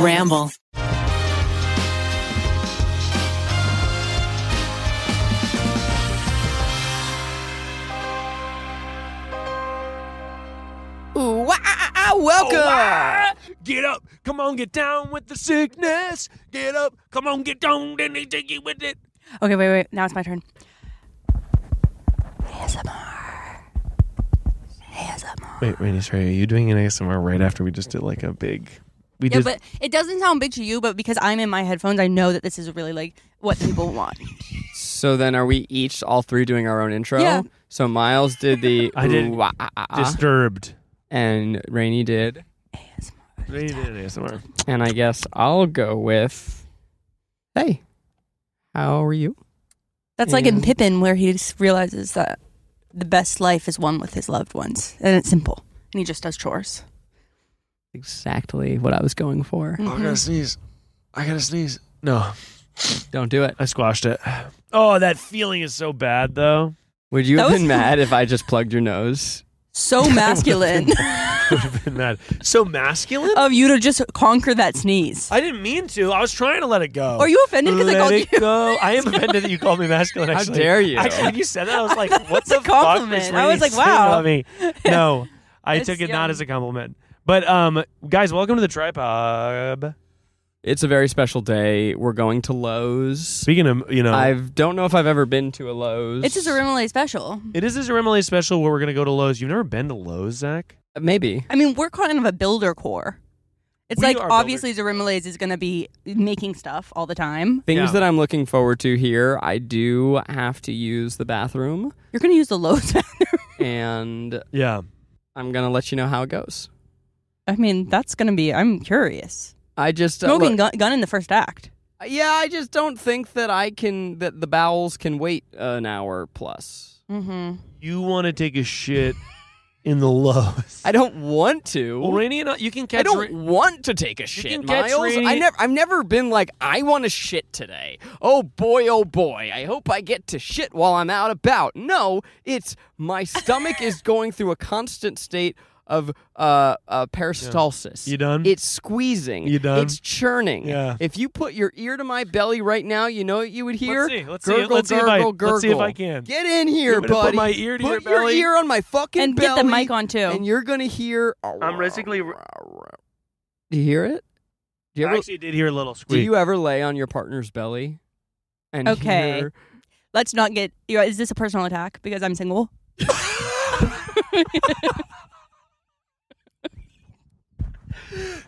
Ramble. Ooh, wah, ah, ah, welcome. Ah, Get up, come on, get down with the sickness. Get up, come on, get down, then they take you with it. Okay, wait, wait. Now it's my turn. Wait, Randy, sorry, are you doing an ASMR right after we just did like a big? We Yeah, did. but it doesn't sound big to you, but because I'm in my headphones, I know that this is really like what people want. So then, are we each all three doing our own intro? Yeah. So Miles did the I did ooh, wah, ah, ah, ah, uh, disturbed. and Rainey did, Randy did an ASMR. and I guess I'll go with. Hey, how are you? That's like in And- Pippin, where he just realizes that the best life is one with his loved ones, and it's simple, and he just does chores. Exactly what I was going for. Oh, I Mm-hmm. gotta sneeze. I gotta sneeze. No, Don't do it. I squashed it. Oh, that feeling is so bad though. Would you That have been was- mad if I just plugged your nose? So masculine Would have been mad. So masculine. of you to just conquer that sneeze. I didn't mean to. I was trying to let it go. Are you offended because I Let called it you? go. I am offended that you called me masculine. How Actually. dare you. Actually, when you said that, I was like, "What That was the a compliment. fuck?" I was like, wow. About me. No, I That's took it young. not as a compliment. But um, guys, welcome to the tripod. It's a very special day. We're going to Lowe's. Speaking of, you know, I don't know if I've ever been to a Lowe's. It's just a Remolay special. it is this Remolay special where we're gonna go to Lowe's. You've never been to Lowe's, Zach? Maybe. I mean, we're kind of a builder core. It's We like are obviously Zerimalase is going to be making stuff all the time. Things Yeah. that I'm looking forward to here, I do have to use the bathroom, You're going to use the Lowe's bathroom. and Yeah. I'm gonna let you know how it goes. I mean, that's going to be. I'm curious. I just uh, Smoking look- gun, gun in the first act. Yeah, I just don't think that I can that the bowels can wait an hour plus. Mm-hmm. You want to take a shit in the Lowe's? I don't want to. Well, Rainey and I, you can catch. I don't Ra- want to take a shit, can catch Miles. I Rainey- never I've never been like I want to shit today. Oh boy, oh boy. I hope I get to shit while I'm out about. No, it's my stomach is going through a constant state of uh, uh peristalsis. You done? It's squeezing. You done? It's churning. Yeah. If you put your ear to my belly right now, you know what you would hear? see. Let's see. gurgle, Let's see if gurgle, I- gurgle. let's see if I can. Get in here, I'm gonna put buddy. my ear to Put your belly. ear on my fucking And belly. get the mic on too. And you're gonna hear. I'm basically- Do you hear it? Do you I ever? actually did hear a little Do squeak. you ever lay on your partner's belly? And Okay. hear- Let's not get. You know, is this a personal attack because I'm single?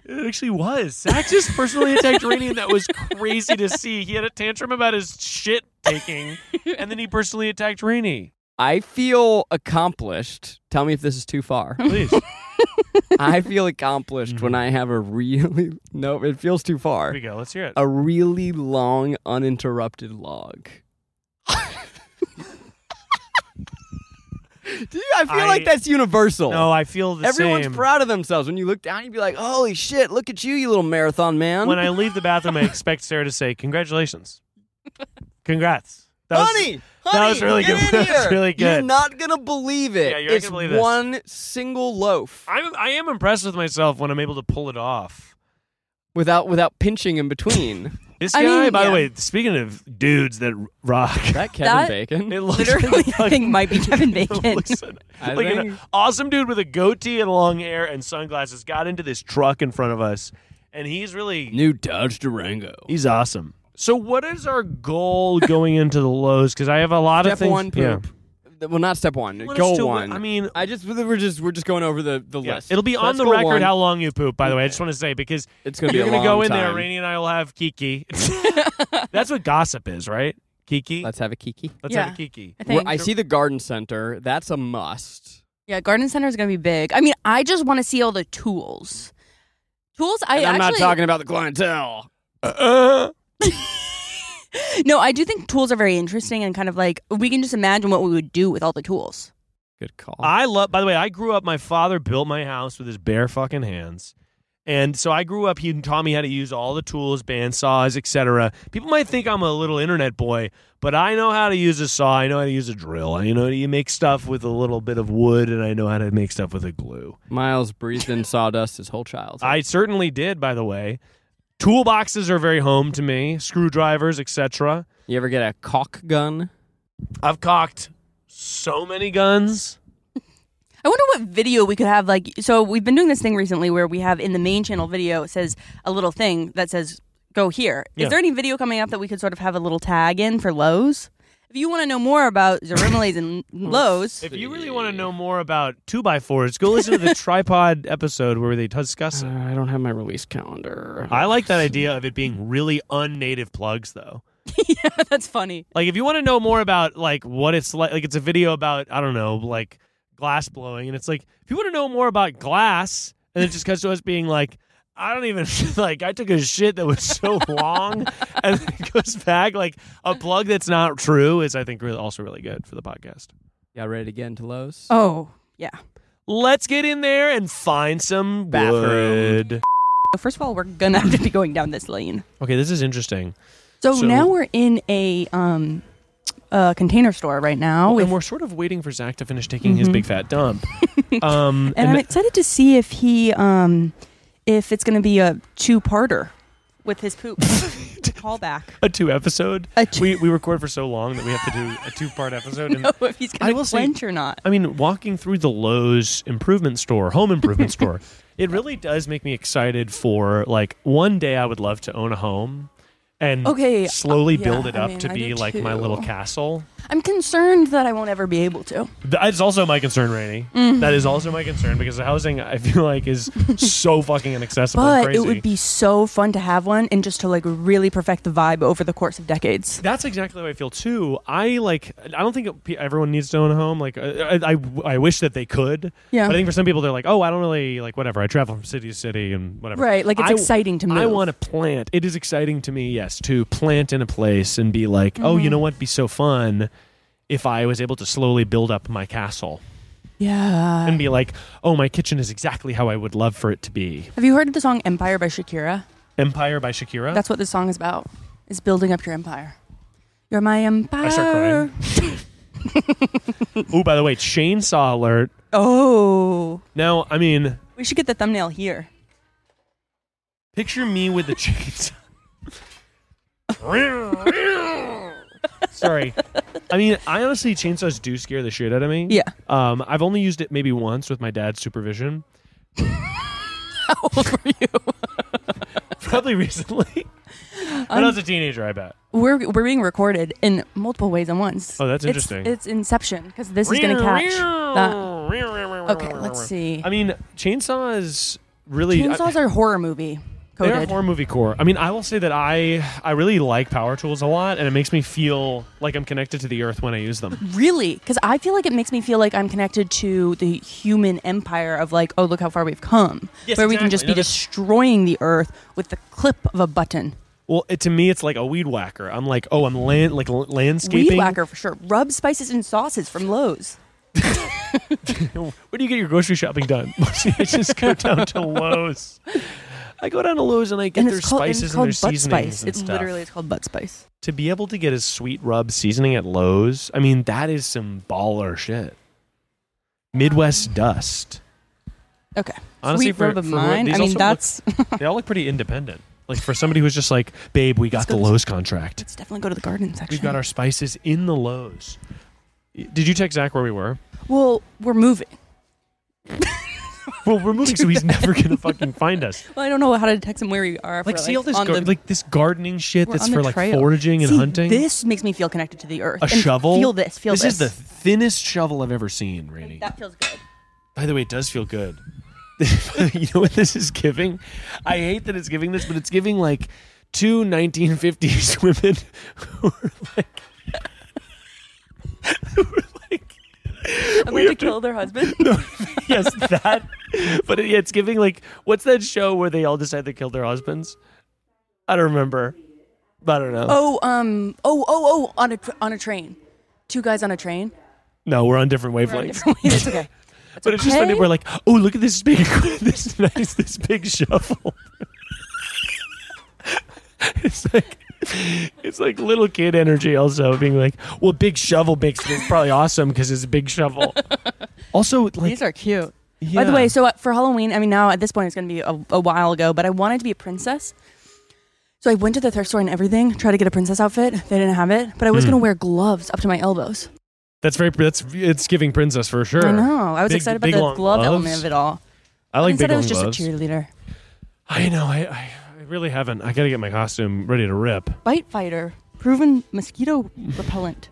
It actually was. Zach just personally attacked Rainey, and that was crazy to see. He had a tantrum about his shit taking, and then he personally attacked Rainey. I feel accomplished. Tell me if this is too far. Please, here I feel accomplished when I have a really no. It feels too far. Mm-hmm. we go. Let's hear it. a really long uninterrupted log. Do you, I feel I- like that's universal. No, I feel the Everyone's same. proud of themselves. When you look down, you'd be like, "Holy shit! Look at you, you little marathon man!" When I leave the bathroom, I expect Sarah to say, "Congratulations, congrats, That was- honey, that honey, was really get good. in That was here. really You're good. not gonna believe it. Yeah, you're not it's gonna believe this. one single loaf I'm I am impressed with myself when I'm able to pull it off. without without pinching in between. This I guy, mean, by the yeah. way, speaking of dudes that rock, that Kevin That- Bacon. it looks Literally, I think might be Kevin It Bacon. looks I like an think- awesome dude with a goatee and long hair and sunglasses got into this truck in front of us, and he's really New Dodge Durango. he's awesome. So, what is our goal going into the lows? Because I have a lot Step of things. one, Yeah. poop. Th- Well, not step one. What is goal to- one. I mean, I just we're just we're just going over the the yeah, list. it'll be So on that's the goal record one. how long you poop. By the way, I just want to say because it's gonna be you're a gonna long go in there. time. Rainey and I will have Kiki. That's what gossip is, right? Kiki. Let's have a kiki. Let's have Yeah. a Kiki. I Well, think. I see the garden center. That's a must. yeah, garden center is going to be big. I mean, I just want to see all the tools. Tools I And I'm actually not talking about the clientele. No, I do think tools are very interesting and kind of like we can just imagine what we would do with all the tools. Good call. I love. By the way, I grew up. My father built my house with his bare fucking hands, and so I grew up. He taught me how to use all the tools, bandsaws, etc. People might think I'm a little internet boy, but I know how to use a saw. I know how to use a drill. I know you make stuff with a little bit of wood, and I know how to make stuff with a glue. Miles breathed in sawdust his whole childhood. I certainly did. By the way, toolboxes are very home to me. Screwdrivers, etc. you ever get a caulk gun? I've cocked so many guns. I wonder what video we could have like so we've been doing this thing recently where we have in the main channel video it says a little thing that says go here. Is Yeah. there any video coming up that we could sort of have a little tag in for Lowe's? If you want to know more about Zerimales and Hmm. Lowe's, If you really want to know more about two by fours, go listen to the tripod episode where they discuss Uh, it. I don't have my release calendar. I like that idea of it being really unnative plugs, though. that's funny. Like, if you want to know more about like what it's like, like it's a video about I don't know, like glass blowing, and it's like if you want to know more about glass, and it just cuts to us being like. I don't even like. I took a shit that was so long, and then it goes back like a plug that's not true is I think really also really good for the podcast. Y'all ready to get into Lowe's? Oh, yeah. Let's get in there and find some Bathroom. wood. So first of all, we're gonna have to be going down this lane. Okay, this is interesting. So, So- now we're in a um a container store right now. Oh, with- and we're sort of waiting for Zach to finish taking his big fat dump. um, Mm-hmm. and I'm excited to see if he, um, if it's going to be a two-parter with his poop callback. a two episode. A two- we we record for so long that we have to do a two part episode. And, No, if he's I going will to say- clench or not. I mean, walking through the Lowe's improvement store, home improvement store, it really does make me excited for like one day I would love to own a home and Okay, uh, slowly yeah, build it I up mean, to I be do like my too. little castle. I'm concerned that I won't ever be able to. That is also my concern, Rainey. Mm-hmm. That is also my concern because the housing I feel like is so fucking inaccessible. and But crazy. it would be so fun to have one and just to like really perfect the vibe over the course of decades. That's exactly how I feel too. I like. I don't think pe- everyone needs to own a home. Like, I, I, I wish that they could. Yeah. But I think for some people, they're like, oh, I don't really like whatever. I travel from city to city and whatever. Right, like, it's I- exciting to I move. want to plant. It is exciting to me, yes, to plant in a place and be like, oh, Mm-hmm. you know what? It'd be so fun if I was able to slowly build up my castle Yeah. and be like, oh, my kitchen is exactly how I would love for it to be. Have you heard of the song Empire by Shakira? Empire by Shakira. That's what this song is about. Is building up your empire. You're my empire. I start crying. oh, by the way, chainsaw alert. Oh. Now, I mean. We should get the thumbnail here. Picture me with the chainsaw. Sorry. I mean, I honestly chainsaws do scare the shit out of me. Yeah. Um, I've only used it maybe once with my dad's supervision, How old were you? probably recently. when I was a teenager, I bet. we're we're being recorded in multiple ways at once. Oh, that's It's- interesting. It's, inception because this is going to catch that. Okay, let's see. I mean, chainsaws really. Chainsaws are horror movie They're coded. horror movie core. I mean, I will say that I I really like power tools a lot, and it makes me feel like I'm connected to the earth when I use them. really, because I feel like it makes me feel like I'm connected to the human empire of like, oh, look how far we've come, Yes, where we can just exactly. be No, that's- destroying the earth with the clip of a button. Well, it, to me, it's like a weed whacker. I'm like, oh, I'm land like l- landscaping. Weed whacker for sure. Rub spices and sauces from Lowe's. Where do you get your grocery shopping done? Mostly I just go down to Lowe's. I go down to Lowe's and I get And their it's called, and it's spices and, called their butt seasonings spice. and It's stuff. literally it's called butt spice. to be able to get a sweet rub seasoning at Lowe's, I mean, that is some baller shit. Midwest dust. Okay. Honestly, Sweet for- rub of for who- mine. these I also mean, look- that's They all look pretty independent. Like for somebody who's just like, babe, we got go the to- Lowe's contract. let's definitely go to the garden section. We've got our spices in the Lowe's. Y- Did you text Zach where we were? Well, we're moving. Well, we're moving, so he's never gonna fucking find us. Well, I don't know how to text him where we are. like for, see all this on gar- the- like this gardening shit We're that's on the for like trail. foraging and See, hunting. This makes me feel connected to the earth. a And shovel. Feel this. Feel this. is the thinnest shovel I've ever seen, Rainy. That feels good. By the way, it does feel good. you know what this is giving? I hate that it's giving this, but it's giving like two 1950s women who were like, who were like I'm We going to have to- kill their husband. yes, that. But it, yeah, it's giving like what's that show where they all decide to kill their husbands? I don't remember. I don't know. oh, um, oh, oh, oh, on a on a train, two guys on a train. No, we're on different We're on wavelengths. different- it's okay. but it's just funny. We're like, oh, look at this big, this nice, this big shovel. it's like, it's like little kid energy. Also being like, well, big shovel makes this probably awesome because it's a big shovel. also, like, These are cute. By the way, so uh, for Halloween, I mean now at this point it's going to be a, a while ago, but I wanted to be a princess. So I went to the thrift store and everything, tried to get a princess outfit. They didn't have it, but I Hmm. was going to wear gloves up to my elbows. that's very that's it's giving princess for sure. I know. I was Big- excited about big the long glove element gloves. of it all. I like Instead, big I was long gloves. just a cheerleader, I know. I, I I really haven't. I gotta get my costume ready to rip. bite fighter, proven mosquito repellent.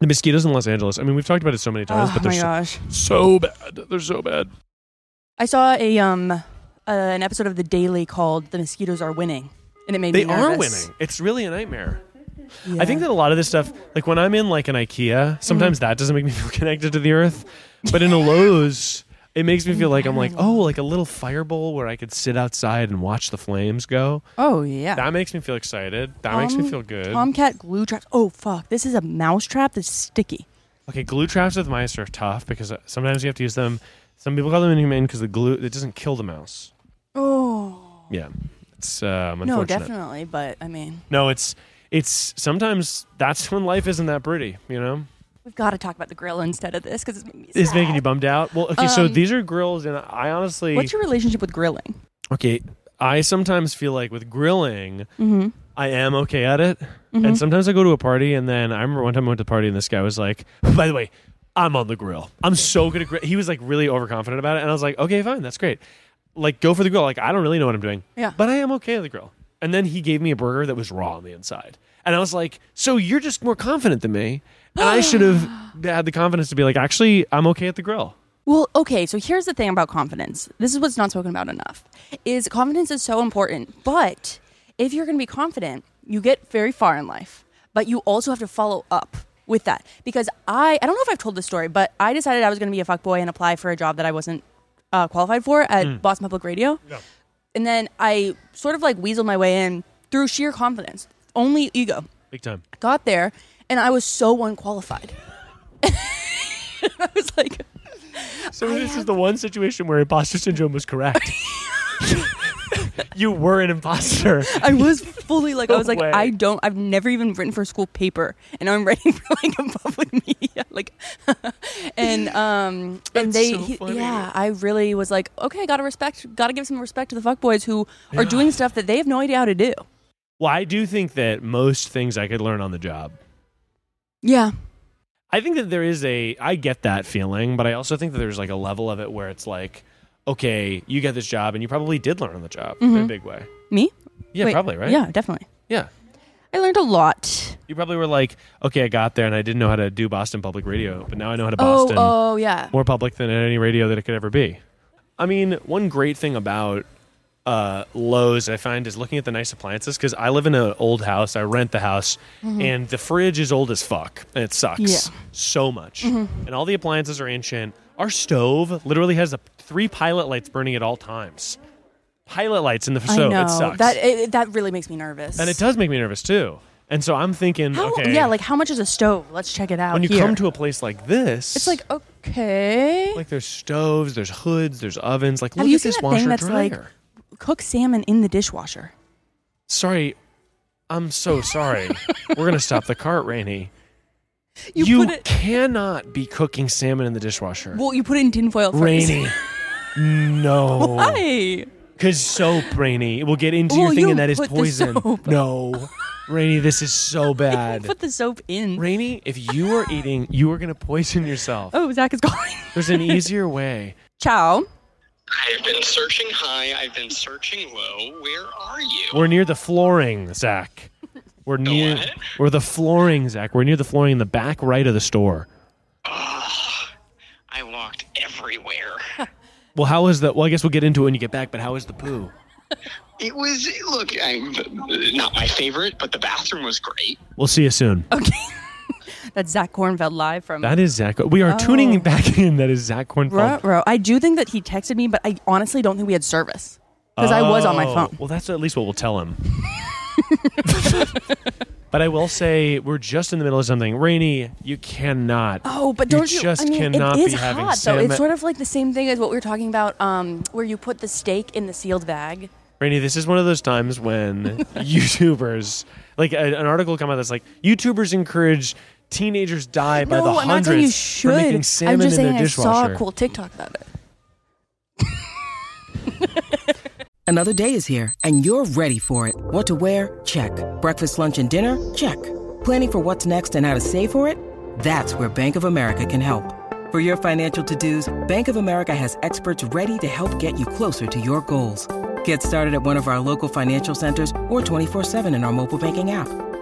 The mosquitoes in Los Angeles. I mean, we've talked about it so many times, Oh but they're my so, gosh! so bad. They're so bad. I saw a um uh, an episode of The Daily called "The Mosquitoes Are Winning," and it made They me are nervous. winning. It's really a nightmare. Yeah. I think that a lot of this stuff, like when I'm in like an IKEA, sometimes Mm-hmm. that doesn't make me feel connected to the earth, but in a Lowe's, it makes me feel like I'm Mm. like, oh, like a little fireball where I could sit outside and watch the flames go. Oh yeah. That makes me feel excited. That makes me Tom- feel good. Tomcat glue traps. Oh fuck! This is a mouse trap that's sticky. Okay, glue traps with mice are tough because uh, sometimes you have to use them. Some people call them inhumane because the glue it doesn't kill the mouse. Oh Yeah, it's um, unfortunate. no, definitely. But I mean, No, it's it's sometimes that's when life isn't that pretty. You know. we've got to talk about the grill instead of this because it's making me. is sad. making you bummed out. Well, okay, so Um, these are grills, and I honestly, What's your relationship with grilling? okay, I sometimes feel like with grilling, Mm-hmm. I am okay at it, and sometimes I go to a party, and then I remember one time I went to a party, and this guy was like, "By the way, I'm on the grill. I'm so good at grill." He was like really overconfident about it, and I was like, "Okay, fine, that's great. Like, go for the grill. Like, I don't really know what I'm doing, Yeah. but I am okay at the grill." And then he gave me a burger that was raw on the inside, and I was like, "So you're just more confident than me." And I should have had the confidence to be like, actually, I'm okay at the grill. Well, okay, so here's the thing about confidence. This is what's not spoken about enough. Is confidence is so important, but if you're going to be confident, you get very far in life, but you also have to follow up with that. Because I I don't know if I've told this story, but I decided I was going to be a fuckboy and apply for a job that I wasn't uh, qualified for at Boston Public Radio. And then I sort of like weaseled my way in through sheer confidence, only ego Big time. got there and I was so unqualified. I was like, So this is the one situation where imposter syndrome was correct. you were an imposter. I was fully like, I was like, way. I don't, I've never even written for a school paper and I'm writing for like a public media. Like, and, um, and That's they, so he- funny. yeah, I really was like, okay, gotta respect, gotta give some respect to the fuckboys who are doing stuff that they have no idea how to do. Well, I do think that most things I could learn on the job. Yeah. I think that there is a I get that feeling, but I also think that there's like a level of it where it's like, okay, you get this job and you probably did learn on the job in a big way. Me? Yeah, Mm-hmm. Wait, probably, right? Yeah, definitely. Yeah. I learned a lot. You probably were like, okay, I got there and I didn't know how to do Boston public radio, but now I know how to Boston. Oh, oh, yeah. more public than any radio that it could ever be. I mean, one great thing about uh, Lowe's I find is looking at the nice appliances because I live in an old house. I rent the house, and the fridge is old as fuck, and it sucks Mm-hmm. Yeah. Mm-hmm. so much. And all the appliances are ancient. Our stove literally has a, three pilot lights burning at all times. Pilot lights in the I stove. know. It sucks, That, it, that really makes me nervous. and it does make me nervous too. And so I'm thinking, How, okay, Yeah, like how much is a stove? Let's check it out. when you here. come to a place like this, it's like okay, Like there's stoves, there's hoods, there's ovens. Like Have look you at seen this that washer thing that's dryer. like- cook salmon in the dishwasher. sorry, I'm so sorry. We're gonna stop the cart, Rainey. You You, put it- cannot be cooking salmon in the dishwasher, Well, you put it in tinfoil first. Rainey. no, Why? because soap, Rainey, it will get into your Well, thing, you and that is put the poison. soap. No, Rainey, this is so bad. Put the soap in. Rainey, if you are eating, you are gonna poison yourself. oh, Zach is calling. There's an easier way. Ciao. I've been searching high, I've been searching low. Where are you? We're near the flooring, Zach. We're near. what? We're the flooring, Zach. We're near the flooring in the back right of the store. I walked everywhere. Well, how is the? Well, I guess we'll get into it when you get back. But how is the poo? It was look, I'm not my favorite, but the bathroom was great. Um, We'll see you soon. Okay. That's Zach Kornfeld live from. That is Zach. We are tuning oh. back in. That is Zach Cornfeld. Ruh, ruh. I do think that he texted me, but I honestly don't think we had service because I was on my Oh, phone. Well, that's at least what we'll tell him. but I will say we're just in the middle of something rainy. You cannot. Oh, but don't you? just I mean, cannot it is be having hot though. salmon- It's sort of like the same thing as what we were talking about, um, where you put the steak in the sealed bag. Rainy, this is one of those times when YouTubers, like a, an article come out that's like YouTubers encourage teenagers die by no, the I'm not saying you hundreds should. for making salmon I'm just in saying their I saw dishwasher. a cool TikTok about it. Another day is here, and you're ready for it. What to wear? Check. Breakfast, lunch, and dinner? Check. Planning for what's next and how to save for it? That's where Bank of America can help. For your financial to-dos, Bank of America has experts ready to help get you closer to your goals. Get started at one of our local financial centers or 24-7 in our mobile banking app.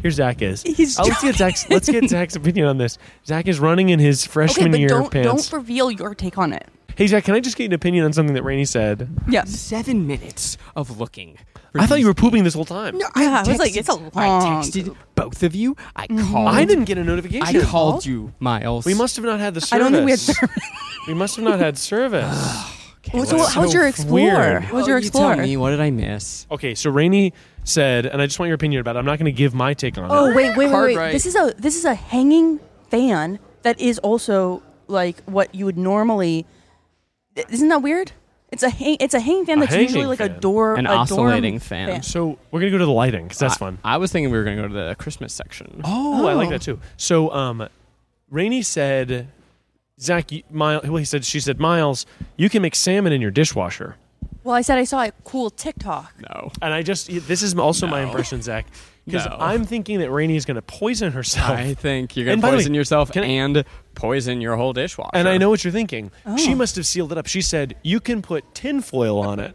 Here's Zach is. He's oh, let's get Zach's. Let's get Zach's opinion on this. Zach is running in his Okay, freshman but year don't pants. don't reveal your take on it. hey Zach, can I just get an opinion on something that Rainey said? Yeah. Seven minutes of looking. for I thought these- you were pooping this whole time. No, I, Yeah, I was like, texted- it's a I long texted poop. both of you. I Mm-hmm. called. I didn't get a notification. I called you, Miles. We must have not had the service. I don't think we had We must have not had service. Well, so, that's how's so your explorer? weird. How's Well, your Oh, you tell explorer? me, what did I miss? okay, so Rainey said, and I just want your opinion about it. I'm not going to give my take on it. Oh wait, wait, wait, wait! Cartwright. This is a this is a hanging fan that is also like what you would normally. I- Isn't that weird? It's a hang, it's a hanging fan A that's usually hanging like a fan. door An a dorm oscillating fan. So we're going to go to the lighting because that's I- fun. I, was thinking we were going to go to the Christmas section. Oh, I like Oh. that too. So, um, Rainey said, Zach, you, Miles, well, he said, she said, Miles, you can make salmon in your dishwasher. Well, I said I saw a cool TikTok. No. And I just, this is also my impression, Zach, because No. I'm thinking that Rainey is going to poison herself. I think you're going Oh. And to by the way, poison yourself can I- and poison your whole dishwasher. And I know what you're thinking. Oh. She must have sealed it up. She said, You can put tinfoil on it,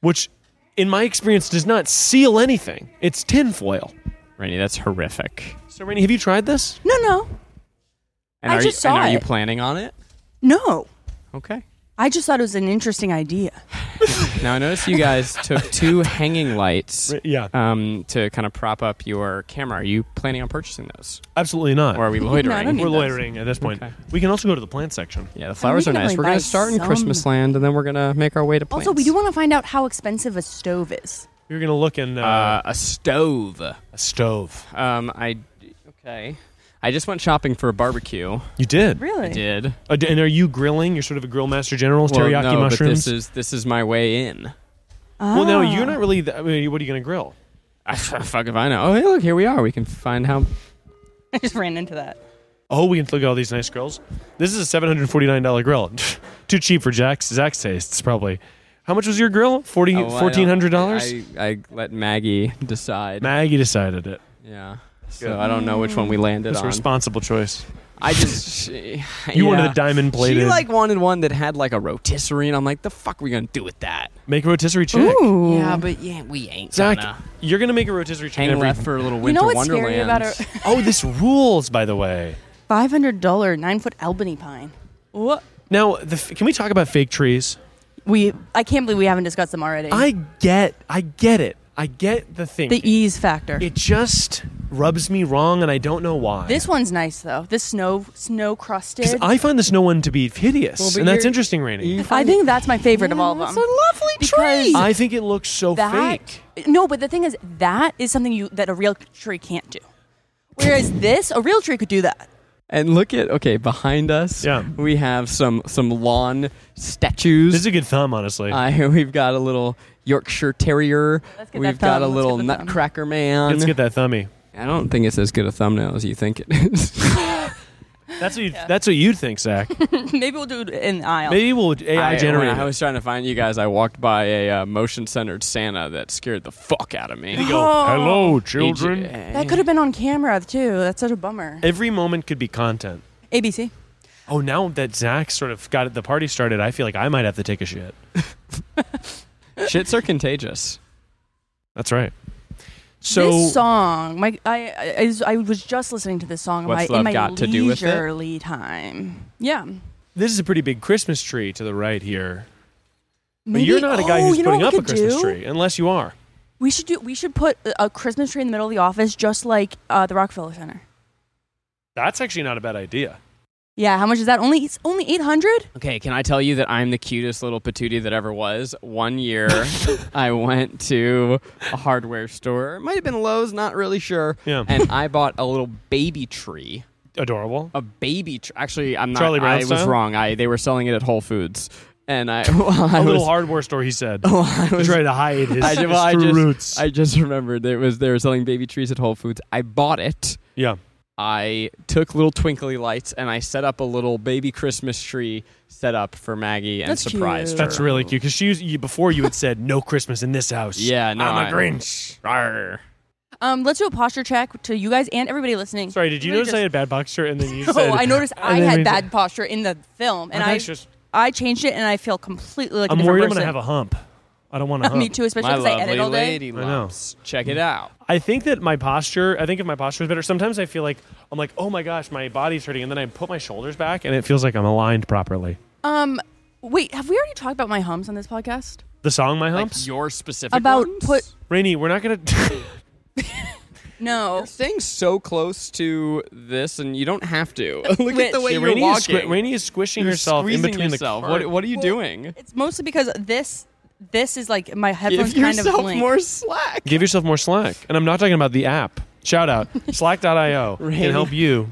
which in my experience does not seal anything. It's tinfoil. Rainey, that's horrific. So, Rainey, have you tried this? No, no, And I are just you, saw and are you it. planning on it? no! Okay. I just thought it was an interesting idea. Now I noticed you guys took two hanging lights Ra- yeah. um, to kind of prop up your camera. Are you planning on purchasing those? Absolutely not. Or are we loitering? Uh, don't need We're those. loitering at this point. We can also go to the plant section. yeah, the flowers are can nice. only We're going buy to start in some. Christmas land and then we're going to make our way to plants. Also, we do want to find out how expensive a stove is. You're going to look in uh, uh, a stove. a stove. Um, I okay. I just went shopping for a barbecue. You did. Really? Did Uh, d- and are you grilling? You're sort of a grill master general, teriyaki well, no, But mushrooms? this is this is my way in. well, no, Ah. you're not really. The, I mean, what are you going to grill? I, fuck if I know. Oh, hey, look, here we are. We can find how. I just ran into that. Oh, we can look at all these nice grills. This is a $749 grill. Too cheap for Jack's, Zach's tastes, probably. How much was your grill? Forty Oh, I don't- fourteen hundred dollars I, I let Maggie decide. Maggie decided it. yeah. So I don't know which one we landed It's a on. responsible choice. I just she, You wanted yeah. a diamond plated. She like wanted one that had like a rotisserie, and I'm like, the fuck, we gonna do with that? Make a rotisserie chicken. Ooh. Yeah, but yeah, we ain't Zach, gonna you're going to make a rotisserie chicken hang every. left for a little You winter know what's wonderland. scary about a oh, this rules, by the way. five hundred dollar nine foot Albany pine? What? Now, the, f- can we talk about fake trees? We I can't believe we haven't discussed them already. I get, I get it. I get the thing. the e- ease factor. it just rubs me wrong, and I don't know why. This one's nice though. This snow snow crusted. 'Cause I find the snow one to be hideous, Well, but and that's you're- interesting, Rainy. I think that's my favorite of all of them. It's a lovely Because tree. I think it looks so that fake. no, but the thing is, that is something you that a real tree can't do. Whereas this, a real tree could do that. And look at okay behind us. Yeah. we have some some lawn statues. This is a good thumb, honestly. uh, we've got a little Yorkshire Terrier. Let's get that We've got thumb. a Let's little get the thumb. Nutcracker Man. Let's get that thummy. I don't think it's as good a thumbnail as you think it is. That's what you. That's what you'd think, Zach. Maybe we'll do it in the aisle. Maybe we'll AI I, generate. when I was trying to find you guys. I walked by a uh, motion-centered Santa that scared the fuck out of me. Oh, Hello, He j- That could have been on camera too. That's such a bummer. Every moment could be content. ABC. Oh, now that Zach sort of got the party started, I feel like I might have to take a shit. Shits are contagious. That's right. So this song, my I, I- I was- I was just listening to this song in What's my, Love in my Got to Do with It? leisurely time. Yeah. Maybe, this is a pretty big Christmas tree to the right here. But you're not a guy oh, who's you know putting up what we a could Christmas do? tree, unless you are. We should do. We should put a a Christmas tree in the middle of the office, just like uh, the Rockefeller Center. That's actually not a bad idea. Yeah. How much is that? Only it's only eight hundred. Okay, can I tell you that I'm the cutest little patootie that ever was? One year, I went to a hardware store. It might have been Lowe's, not really sure. Yeah. And I bought a little baby tree. Adorable. A baby tree. Actually, I'm not. Charlie Brown I was style? wrong. I they were selling it at Whole Foods, and I. well, I A little was, hardware store, he said. well, I He's was trying to hide his, I, his ju- well, I true just, roots. I just remembered there was they were selling baby trees at Whole Foods. I bought it. yeah. I took little twinkly lights and I set up a little baby Christmas tree set up for Maggie and That's surprised cute. her. That's really cute because she was, you, before you had said no Christmas in this house. Yeah, no, I'm a I- Grinch. Arr. Um, let's do a posture check to you guys and everybody listening. Sorry, did you Everybody notice I had bad posture and then you just- said? No, I noticed and I then we had said- bad posture in the film, and Okay, I it's just- I changed it, and I feel completely like a I'm different worried I'm person. gonna have a hump. I don't want to hump. Me too, especially My because I edit lovely all day. lady know. lumps. Check it out. I think that my posture. I think if my posture is better, sometimes I feel like I'm like, oh my gosh, my body's hurting, and then I put my shoulders back, and it feels like I'm aligned properly. Um, wait, have we already talked about my hums on this podcast? The song my Like humps. your specific About ones? put Rainy, we're not gonna. no. staying so close to this, and you don't have to. Look at Which- the way Yeah, you're Rainey, is walking. squi- Rainey is squishing You're herself in squeezing between yourself. the. What, cart. what are you doing? It's mostly because this this is like my headphones Give kind of yourself blink. more slack. Give yourself more slack, and I'm not talking about the app. Shout out Slack.io Rainey. can help you.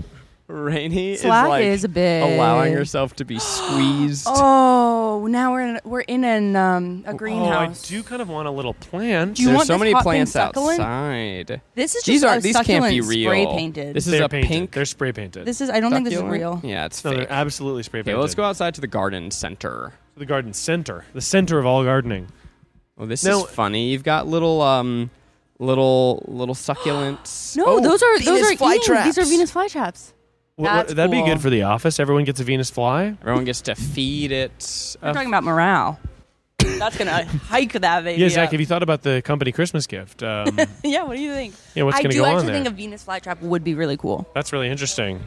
Rainey Slack is like is a bit- allowing herself to be squeezed. Oh, now we're in, we're in an um a greenhouse. Oh, I do kind of want a little plant. Do you There's want so this many hot pink plants succulent? outside. This is These just aren't. a These can't be succulent real. spray painted. This is they're a painted. pink. They're spray painted. This is I don't think this is succulent? real. Yeah, it's no, fake. they're absolutely spray okay, painted. well, let's go outside to the garden center. to the garden center, the center of all gardening. Oh, this Now- is funny. You've got little, um, little, little succulents. No, Oh, those are those Venus are eating. These are Venus flytraps. Wh- wh- That's that'd be cool. good for the office. Everyone gets a Venus fly. Everyone gets to feed it. We're Uh, talking about morale. That's gonna hike that baby. Yeah, Zach, up. have you thought about the company Christmas gift? Um, yeah, what do you think? Yeah, what's I gonna do go on actually there? think a Venus flytrap would be really cool. that's really interesting.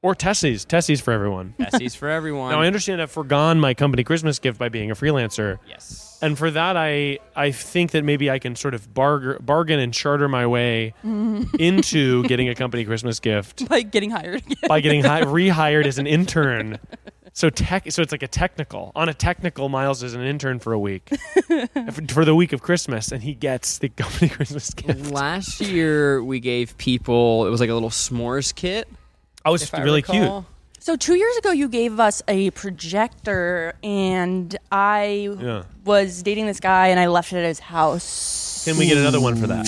Or Tessie's. Tessie's for everyone. Bessie's for everyone. Now, I understand I've forgone my company Christmas gift by being a freelancer. Yes. And for that, I, I think that maybe I can sort of bargain, bargain and charter my way into getting a company Christmas gift Like getting hired again. by getting hi- rehired as an intern. So tech, so it's like a technical. On a technical, Miles is an intern for a week, for, for the week of Christmas, and he gets the company Christmas gift. Last year we gave people. It was like a little s'mores kit. I was if I really recall. cute. So two years ago, you gave us a projector, and I Yeah. was dating this guy, and I left it at his house. Can we get another one for that?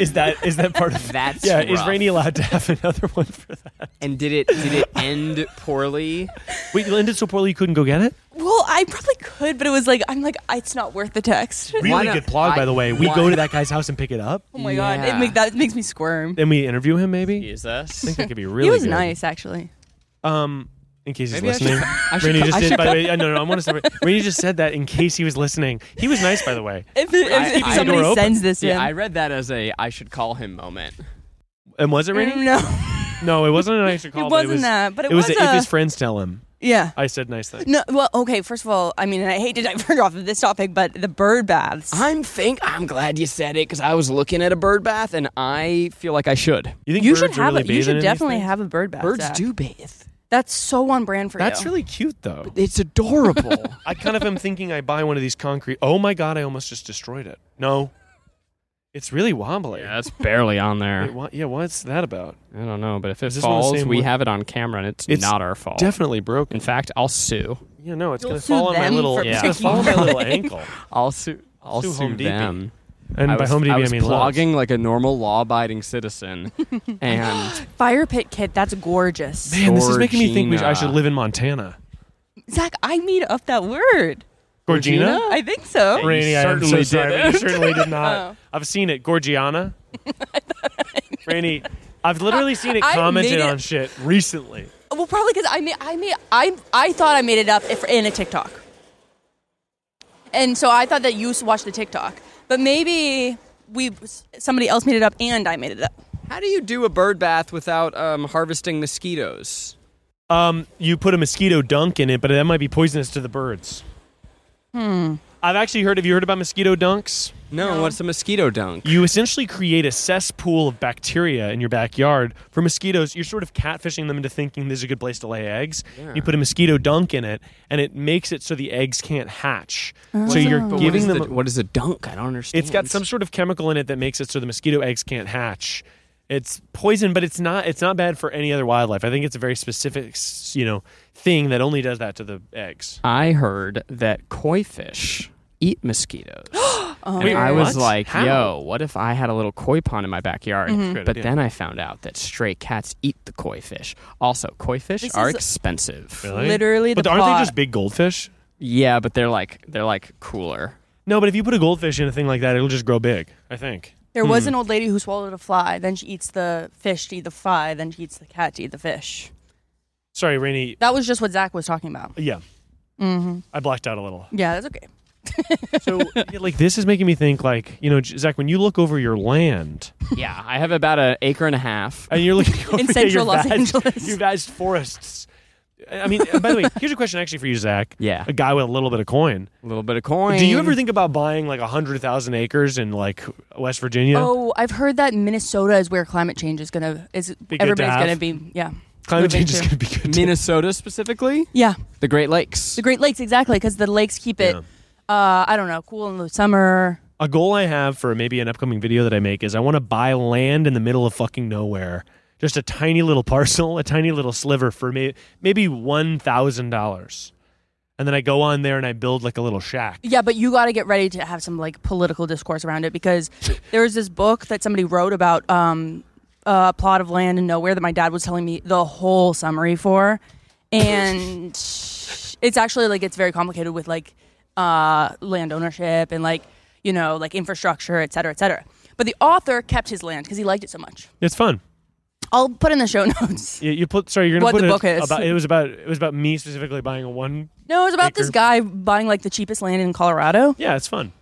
Is that is that part of That's yeah? Is rough. Rainey allowed to have another one for that? And did it? Did it end poorly? Wait, you ended so poorly you couldn't go get it. Well, I probably could, but it was like I'm like it's not worth the text. Really not? good plug, by the way. We Why- go to that guy's house and pick it up. oh my god, Yeah. it make, that makes me squirm. Then we interview him. Maybe I Jesus. think that could be really. he was good. nice, actually. Um, in case he's Maybe I should- listening, I should Rainey co- just I did. should By the way, uh, no, no, I want to stop. it. Rainey just said that in case he was listening. He was nice, by the way. If, if, I- if I- somebody door open. sends this Yeah, I in, read that as a I should call him moment. And was it Rainey? no, No, it wasn't an extra call. but wasn't that, but it was, was a, if a- his friends tell him. yeah. I said nice things. No, well, okay. First of all, I mean, and I hate to diverge off of this topic, but the bird baths. I'm think I'm glad you said it because I was looking at a bird bath and I feel like I should. You think you birds should have. really a, you bathe in should these definitely things? have a bird bath. Birds Zach. do bathe. That's so on brand for That's you. really cute, though. It's adorable. I kind of am thinking I buy one of these concrete. Oh my god, I almost just destroyed it. No, it's really wobbly. that's barely on Wait, there. what, yeah, what's that about? I don't know, but if it this one the falls, same we one? have it on camera and it's, It's not our fault. Definitely broken. In fact, I'll sue. Yeah, no, it's You'll gonna sue fall on my them little. for It's gonna picking fall on my mine. little ankle. I'll sue. I'll Sue sue, Home Depot. them. And I by was, home TV, I I, was mean loves. blogging like a normal law-abiding citizen, and Fire pit kit. That's gorgeous. Man, this is making me think we sh- I should Gorgina. live in Montana. Zach, I made up that word. Gorgina? I think so. Rainy, You I am so certainly sorry, but you didn't. certainly did not. Oh. I've seen it. Gorgiana. Rainy, I've literally seen it I made commented it- on shit recently. Well, probably because I made, I made, I, I thought I made it up if, in a TikTok, and so I thought that you s- watched the TikTok, but maybe we somebody else made it up and I made it up. how do you do a bird bath without um, harvesting mosquitoes? Um, you put a mosquito dunk in it, but that might be poisonous to the birds. Hmm. I've actually heard. Have you heard about mosquito dunks? No, what's a mosquito dunk? You essentially create a cesspool of bacteria in your backyard for mosquitoes. You're sort of catfishing them into thinking this is a good place to lay eggs. You put a mosquito dunk in it, and it makes it so the eggs can't hatch. So you're But what giving is them. the- what is a dunk? I don't understand. It's got some sort of chemical in it that makes it so the mosquito eggs can't hatch. It's poison, but it's not. It's not bad for any other wildlife. I think it's a very specific, s- you know, thing that only does that to the eggs. I heard that koi fish eat mosquitoes. and Wait, I was what? like, How? Mm-hmm. yo, what if I had a little koi pond in my backyard? Good But idea. then I found out that stray cats eat the koi fish. Also, koi fish This are is- expensive. Literally but the aren't plot. they just big goldfish? Yeah, but they're like they're like cooler. No, but if you put a goldfish in a thing like that, it'll just grow big. I think. There was an old lady who swallowed a fly, then she eats the fish to eat the fly, then she eats the cat to eat the fish. Sorry, Rainy. That was just what Zach was talking about. Yeah. Mm-hmm. I blacked out a little. Yeah, that's okay. So, yeah, like, this is making me think, like, you know, J- Zach, when you look over your land yeah, I have about an acre and a half. and you're looking over at central your Los vast, Angeles. your vast forests. I mean, uh, by the way, here's a question actually for you, Zach. Yeah. A guy with a little bit of coin. A little bit of coin. Do you ever think about buying like 100,000 acres in like West Virginia? Oh, I've heard that Minnesota is where climate change is gonna is good to everybody's have. gonna be yeah. Climate moving change is to. going to be good. to- Minnesota specifically? Yeah, The Great Lakes. the Great Lakes exactly because the lakes keep it. Uh, I don't know, cool in the summer. A goal I have for maybe an upcoming video that I make is I want to buy land in the middle of fucking nowhere. Just a tiny little parcel, a tiny little sliver for me, maybe $1,000. And then I go on there and I build like a little shack. Yeah, but you got to get ready to have some like political discourse around it because there was this book that somebody wrote about um, a plot of land in nowhere that my dad was telling me the whole summary for, and it's actually like it's very complicated with like uh, land ownership and like you know like infrastructure, et cetera, et cetera. But the author kept his land because he liked it so much. It's fun. I'll put in the show notes. You, you put sorry, you're gonna What put the it book is. about it was about it was about me specifically buying a one. No, it's about this Acre. guy buying like the cheapest land in Colorado. Yeah, it's fun. Mm.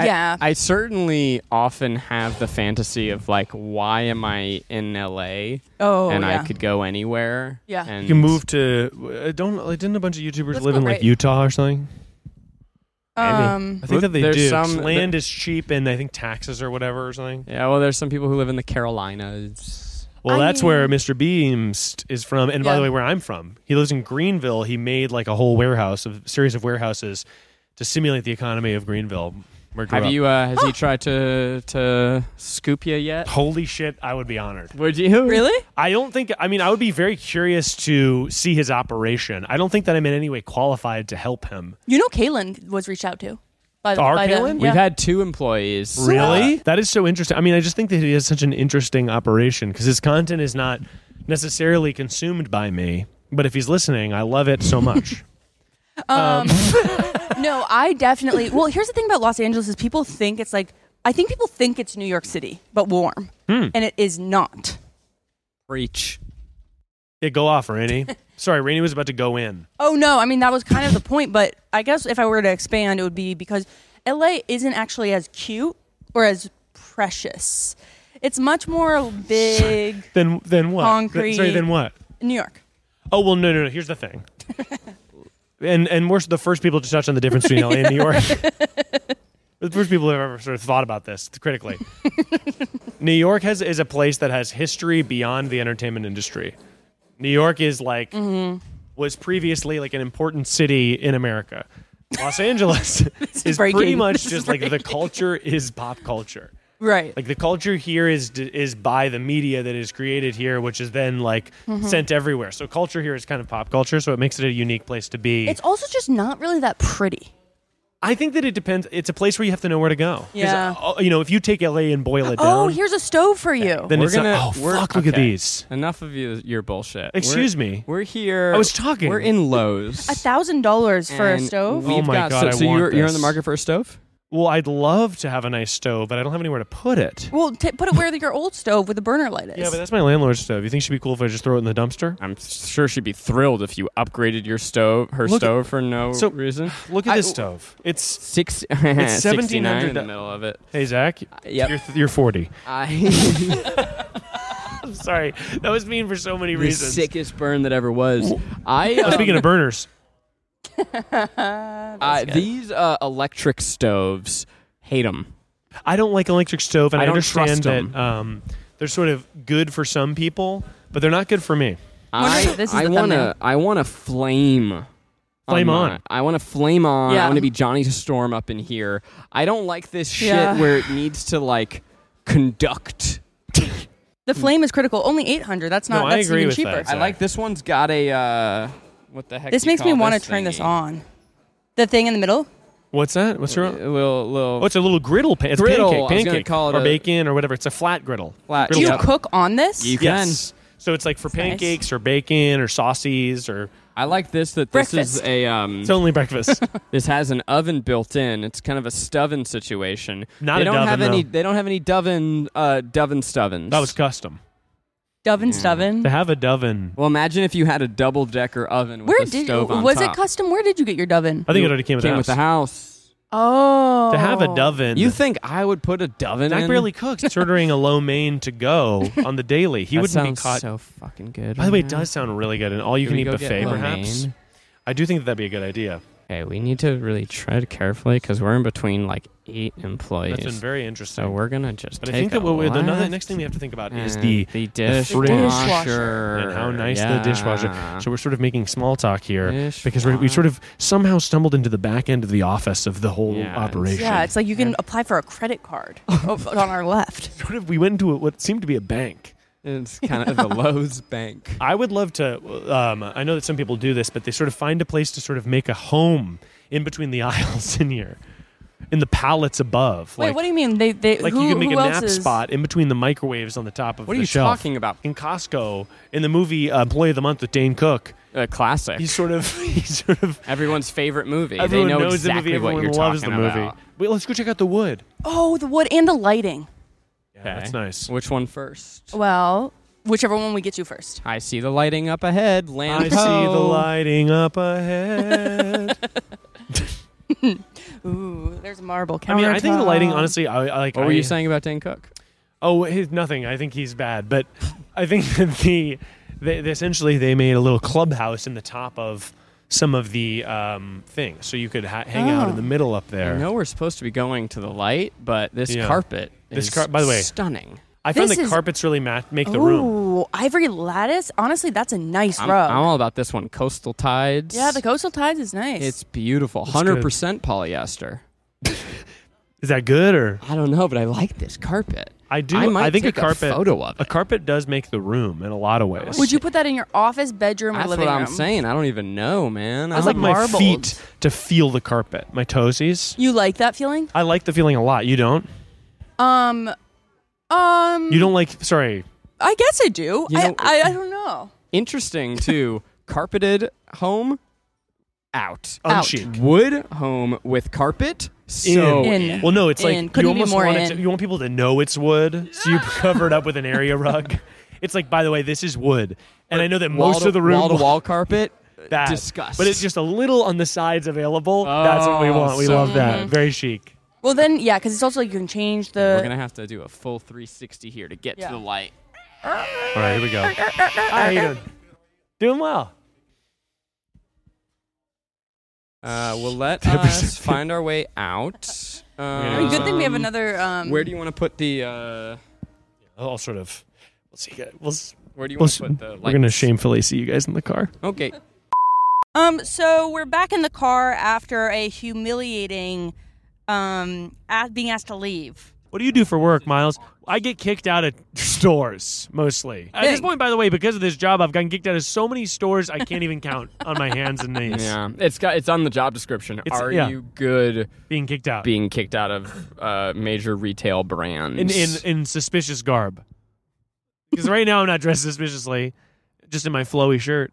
I- yeah, I certainly often have the fantasy of like, why am I in LA? Oh, and yeah. I could go anywhere. Yeah. You You and can move to uh, don't like, didn't a bunch of YouTubers Let's live go in like right- Utah or something? um, I think that they There's do. 'cause some- land is cheap and I think taxes or whatever or something. Yeah, well, there's some people who live in the Carolinas. Well, I that's mean- where Mr. Beams is from, and by the Yeah. way, where I'm from. He lives in Greenville. He made like a whole warehouse, a series of warehouses, to simulate the economy of Greenville. Where I grew Have up. you? Uh, has he tried to to scoop you yet? Holy shit! I would be honored. Would you really? I don't think. I mean, I would be very curious to see his operation. I don't think that I'm in any way qualified to help him. You know, Kaylin was reached out to. By the, Our by the- Kaylin? We've yeah. had two employees. Uh, Really? that is so interesting. I mean, I just think that he has such an interesting operation because his content is not necessarily consumed by me. But if he's listening, I love it so much. Um, um, no, I definitely. Well, here's the thing about Los Angeles is people think it's like I think people think it's New York City, but warm, Hmm. and it is not. Preach. yeah, go off, Rainey. Sorry, Rainey was about to go in. Oh no, I mean that was kind of the point, but I guess if I were to expand, it would be because LA isn't actually as cute or as precious. It's much more big Then, then what? Concrete. Sorry, then what? New York. Oh well, no, no, no. Here's the thing. and and we're the first people to touch on the difference between LA and New York. the first people who have ever sort of thought about this critically. New York has is a place that has history beyond the entertainment industry. New York is like Mm-hmm. was previously like an important city in America. Los Angeles is, pretty breaking. much This is just like the culture is pop culture. Right. Like the culture here is is by the media that is created here, which is then like sent everywhere. So culture here is kind of pop culture, so it makes it a unique place to be. it's also just not really that pretty. I think that it depends. It's a place where you have to know where to go. 'Cause, Yeah. uh, you know, if you take LA and boil it Oh, down, here's a stove for you. then We're it's gonna- not. Oh we're- fuck! Look at okay. these. Enough of you, your bullshit. Excuse We're- me. We're here. I was talking. We're in Lowe's. A thousand dollars for a and stove? we- we've Oh my got- God, So, I so want you're you're in this. the market for a stove? Well, I'd love to have a nice stove, but I don't have anywhere to put it. Well, t- put it where your old stove with the burner light is. Yeah, but that's my landlord's stove. You think she'd be cool if I just throw it in the dumpster? I'm sure she'd be thrilled if you upgraded your stove, her Look at- stove, for no So, reason. Look at I- this stove. It's Six. It's 1700 in the $1,700. middle of it. hey Zach. yep. You're, you're 40. I I'm sorry. That was mean for so many the reasons. sickest burn that ever was. I Oh, um, speaking of burners, uh, these uh, electric stoves hate them. I don't like electric stove, and I I, don't understand trust that 'em. um, they're sort of good for some people, but they're not good for me. I This is I the want thumbnail. to I want to flame. Flame my- on. I want to flame on. I Yeah. want to be Johnny Storm up in here. I don't like this shit Yeah. where it needs to like conduct. the flame is critical. Only 800. That's not No, I that's agree even with cheaper. that. I like this one's got a uh, what the heck? This do you makes me call want to turn this thingy? on. The thing in the middle? What's that? What's A your little little What's a little griddle pan? It's Griddle, I was pancake, gonna pancake, call it or a- bacon or whatever. It's a flat griddle. flat. Do griddle you top. cook on this? You can. Yes. So it's like for nice. pancakes or bacon or saucies or I like this that this is Breakfast. a um, it's only breakfast. This has an oven built in. It's kind of a stuvin situation. Not they a don't doven, have any. though. They don't have any doven. Uh, doven stuvins. that was custom. Dove and Stubbin? To have a doven, Well, imagine if you had a double decker oven with Where a did stove on was top. it custom? Where did you get your doven? I think it already came with, Came the, with the house. house. Oh, To have a doven, You think I would put a doven Zach in? barely cooks. It's ordering a low main to go on the daily. He That wouldn't be sounds caught. So fucking good. By the way, right it now. does sound really good. An all-you Should can Mm-hmm. eat we go get buffet, lo perhaps. mein? I do think that that'd be a good idea. Okay, we need to really tread carefully because we're in between like eight employees. That's been very interesting. so we're gonna just. but I take think that a what we, the another left next thing we have to think about is and the the fridge. dishwasher and how nice Mm. Yeah. the dishwasher. So we're sort of making small talk here Dishwa- because we we sort of somehow stumbled into the back end of the office of the whole Yeah, it's- operation. yeah, it's like you can apply for a credit card o- on our left. sort of we went into what seemed to be a bank. It's kind of the Lowe's bank. I would love to. Um, I know that some people do this, but they sort of find a place to sort of make a home in between the aisles in here, in the pallets above. Wait, like, what do you mean? They they like who, you can make a who else nap is? spot in between the microwaves on the top of What are the you shelf. talking about? In Costco, in the movie uh, Employee of the Month with Dane Cook, A classic. he's sort of he's sort of Everyone's favorite movie. everyone they know knows exactly the movie. what Everyone you're loves the talking movie. about. Wait, let's go check out the wood. Oh, the wood and the lighting. Yeah, that's nice. Which one first? Well, whichever one we get you first. I see the lighting up ahead. Land I see the Oh. lighting up ahead. Ooh, there's marble I mean, I think the lighting. countertop. Honestly, I, I like. What were you I- saying about Dan Cook? Oh, he's nothing. I think he's bad, but I think that the, they they- essentially they made a little clubhouse in the top of some of the um, things, so you could ha- hang out in the middle up there. Oh. I know we're supposed to be going to the light, but this Yeah. carpet This is car- by the way- stunning. I found This the is- carpets really ma- make the room. Ooh, ivory lattice. Honestly, that's a nice I'm, rug. I'm all about this one. Coastal Tides. yeah, the coastal tides is nice. It's beautiful. Hundred percent polyester. Is that good or? I don't know, but I like this carpet. I do. I, might think take a carpet. photo of it. A carpet does make the room in a lot of ways. Would you put that in your office, bedroom, That's or what living I'm room? saying. I don't even know, man. I like don't- my marbled. feet to feel the carpet, my toesies. You like that feeling? I like the feeling a lot. You don't? Um, um, You don't like? Sorry. I guess I do. You I, know- I I don't know. interesting too. carpeted home out. Ouch. Unchic. Wood home with carpet. So in. In. Well, no, it's In. like Couldn't you be almost more want it in. to, you want people to know it's wood, so you cover it up with an area rug. It's like, by the way, this is wood, and I know that most wall of the room wall to wall carpet. Uh, bad, disgust. but it's just a little on the sides available. That's what we Oh, want. We so- love that. Very chic. Well, then, yeah, because it's also like you can change We're the. gonna have to do a full 360 here to get Yeah. to the light. All right, here we go. How you doing? Doing well. Uh, we'll let us find our way out. I mean, Yeah. good thing we have Um, another. Um, Where do you want to put the? Uh, I'll sort of. We'll see. you guys- We'll. s- where do you we'll want s- to put the? Lights? we're gonna shamefully see you guys in the car. Okay. Um, so we're back in the car after a humiliating, um, at being asked to leave. What do you do for work, Miles? I get kicked out of stores mostly. At this Dang. point, by the way, because of this job, I've gotten kicked out of so many stores I can't even count on my hands and knees. Yeah, it's got it's on the job description. It's- Are yeah. you good Being kicked out being kicked out of uh, major retail brands? in, in in suspicious garb. Because right now I'm not dressed suspiciously, just in my flowy shirt,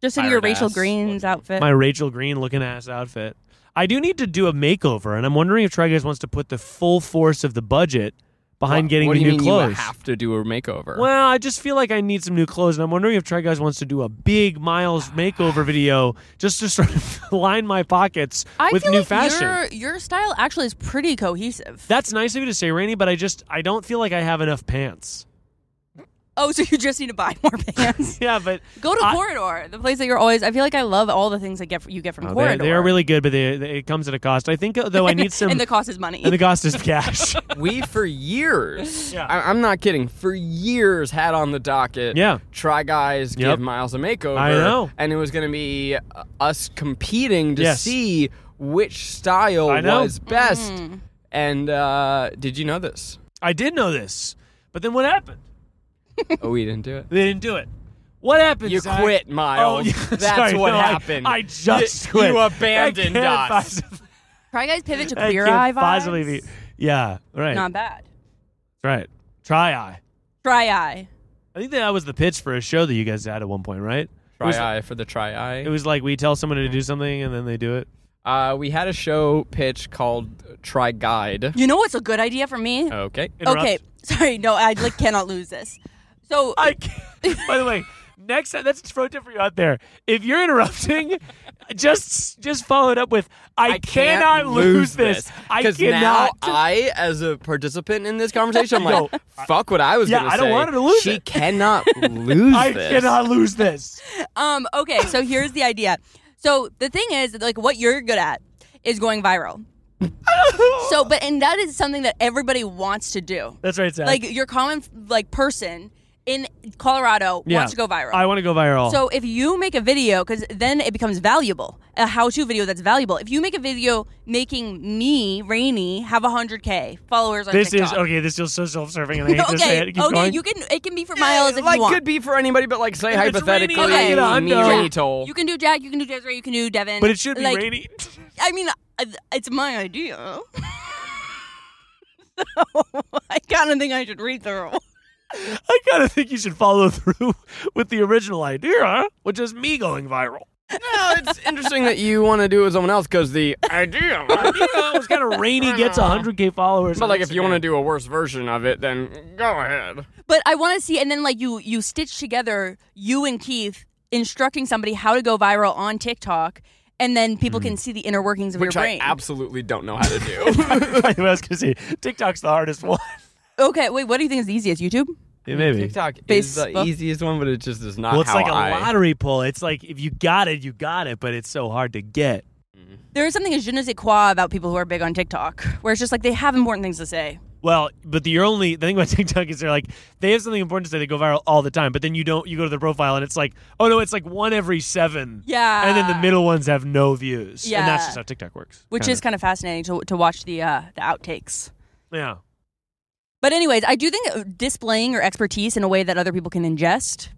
Just in your Tired Rachel ass. Green's outfit. my Rachel Green looking ass outfit. I do need to do a makeover, and I'm wondering if Try Guys wants to put the full force of the budget behind What- getting what me do you new mean clothes. You have to do a makeover. Well, I just feel like I need some new clothes, and I'm wondering if Try Guys wants to do a big Miles makeover video just to sort of line my pockets I with feel new like fashion. Your, your style actually is pretty cohesive. That's nice of you to say, Rainey, but I just I don't feel like I have enough pants. oh, so you just need to buy more pants. Yeah, but Go to I- Corridor, the place that you're always. I feel like I love all the things I get you get from No, they, Corridor. they are Oh, really good, but they, they, it comes at a cost. I think uh, though I need some, and the cost is money. and the cost is cash. we for years. Yeah. I, I'm not kidding. For years, had on the docket. Yeah. Try guys Yep. give Miles a makeover. I know. And it was going to be uh, us competing to Yes. see which style I know. was best. And uh, did you know this? I did know this, but then what happened? oh, we didn't do it. They didn't do it. What happened? You Zach? quit, Miles. Oh, yeah, That's sorry, what no, I- happened. I, just You- quit. you abandoned I can't us. possibly- Try guys pivot to I queer can't eye vibes. possibly be- Yeah, right. Not bad. Right. Try eye. Try eye. I think that was the pitch for a show that you guys had at one point, right? Try eye for the try eye. It was like we tell someone to do something and then they do it. Uh, we had a show pitch called Try Guide. You know what's a good idea for me? Okay. Oh, Interrupt. Okay, sorry. No, I like cannot lose this. So I can't. By the way, next time that's a pro tip for you out there. If you're interrupting, just just follow it up with I, cannot lose this. I 'Cause now cannot. I, as a participant in this conversation, I'm like, No. fuck what I was Yeah, going I don't say. want her to lose She it." cannot lose I this. cannot lose this. Um, okay, so here's the idea. So the thing is, like, what you're good at is going viral. so, but and that is something that everybody wants to do. That's right, Zach. Like your common like person in Colorado Yeah. wants to go viral. I want to go viral. so if you make a video, because then it becomes valuable, a how-to video that's valuable. If you make a video making me, Rainy, have 100k followers on this TikTok. is okay. This feels so self-serving, and I hate to say it. okay, Keep okay, going. you can. It can be for Miles if like, you want. could be for anybody, but like, say If it's hypothetically, rainy, Okay. I me, get a hundo. Rainy Toll. You can do Jack. You can do Desiree. You can do Devin. but it should be Like, rainy. I mean, I- it's my idea. so I kind of think I should read the rule. I kind of think you should follow through with the original idea, which is me going viral. no, it's interesting that you want to do it with someone else because the idea. You know, it's kind of rainy. Gets 100k followers. But on like, if you Instagram. want to do a worse version of it, then go ahead. But I want to see, and then like you, you stitch together you and Keith instructing somebody how to go viral on TikTok, and then people Hmm. can see the inner workings of Which your I brain. absolutely don't know how to do. I was gonna say TikTok's the hardest one. okay, wait, what do you think is the easiest? YouTube? maybe. TikTok is is the the easiest one, but it just is not Well, it's how like a I- lottery pull. It's like if you got it, you got it, but it's so hard to get. There is something a je ne sais quoi about people who are big on TikTok, where it's just like they have important things to say. Well, but the only the thing about TikTok is they're like they have something important to say. They go viral all the time, but then you don't. You go to their profile and it's like, oh no, it's like one every seven. Yeah. And then the middle ones have no views. And that's Yeah. just how TikTok works. Which kinda. is kind of fascinating to, to watch the uh, the outtakes. yeah. But anyways, I do think uh, displaying your expertise in a way that other people can ingest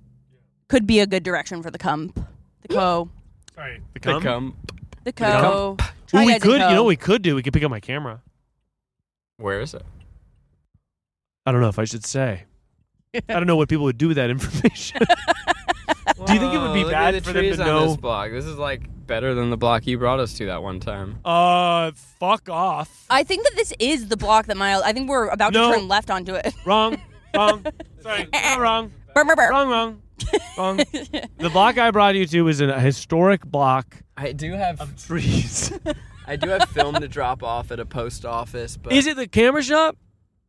could be a good direction for the comp, the co, Sorry. The They cum? come. the co. Try Ooh, we guys and could. co. You know, what we could do. We could pick up my camera. Where is it? I don't know if I should say. I don't know what people would do with that information. Do you think it would be Whoa, look bad at the for them to trees on know- This, block. this is like better than the block you brought us to that one time. uh, fuck off. I think that this is the block that Miles. I think we're about No. to turn left onto it. Wrong. Wrong. Sorry. Eh. Not wrong. Burr, burr, burr. Wrong, wrong. Wrong. the block I brought you to is an- a historic block I do have of trees. I do have film to drop off at a post office, but is it the camera shop?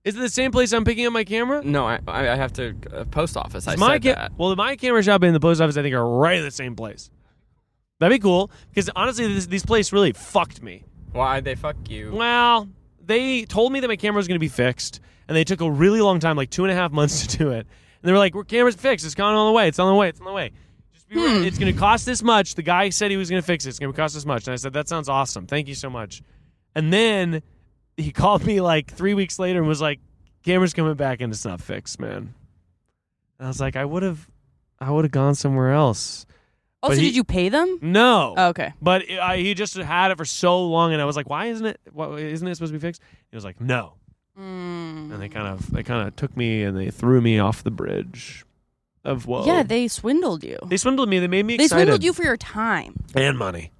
Is it the same place I'm picking up my camera? No, I I I have to uh, post office. I Is my said ca- that. Well, my camera shop and the post office, I think, are right in the same place. That'd be cool because honestly, this, this place really fucked me. Why they fuck you? Well, they told me that my camera was going to be fixed, and they took a really long time, like two and a half months to do it. And they were like, "Your camera's fixed. It's gone on the way. It's on the way. It's on the way. Just be ready. It's going to cost this much." The guy said he was going to fix it. It's going to cost this much, and I said, "That sounds awesome. Thank you so much." And then he called me like three weeks later and was like, "Camera's coming back and it's not fixed, man." And I was like, "I would have, I would have gone somewhere else." Also, But he- did you pay them? No. Oh, okay. But it, I, he just had it for so long, and I was like, "Why isn't it? Why, isn't it supposed to be fixed?" He was like, "No," Mm. and they kind of they kind of took me and they threw me off the bridge of whoa. Yeah, they swindled you. they swindled me. They made me They excited swindled you for your time, and money,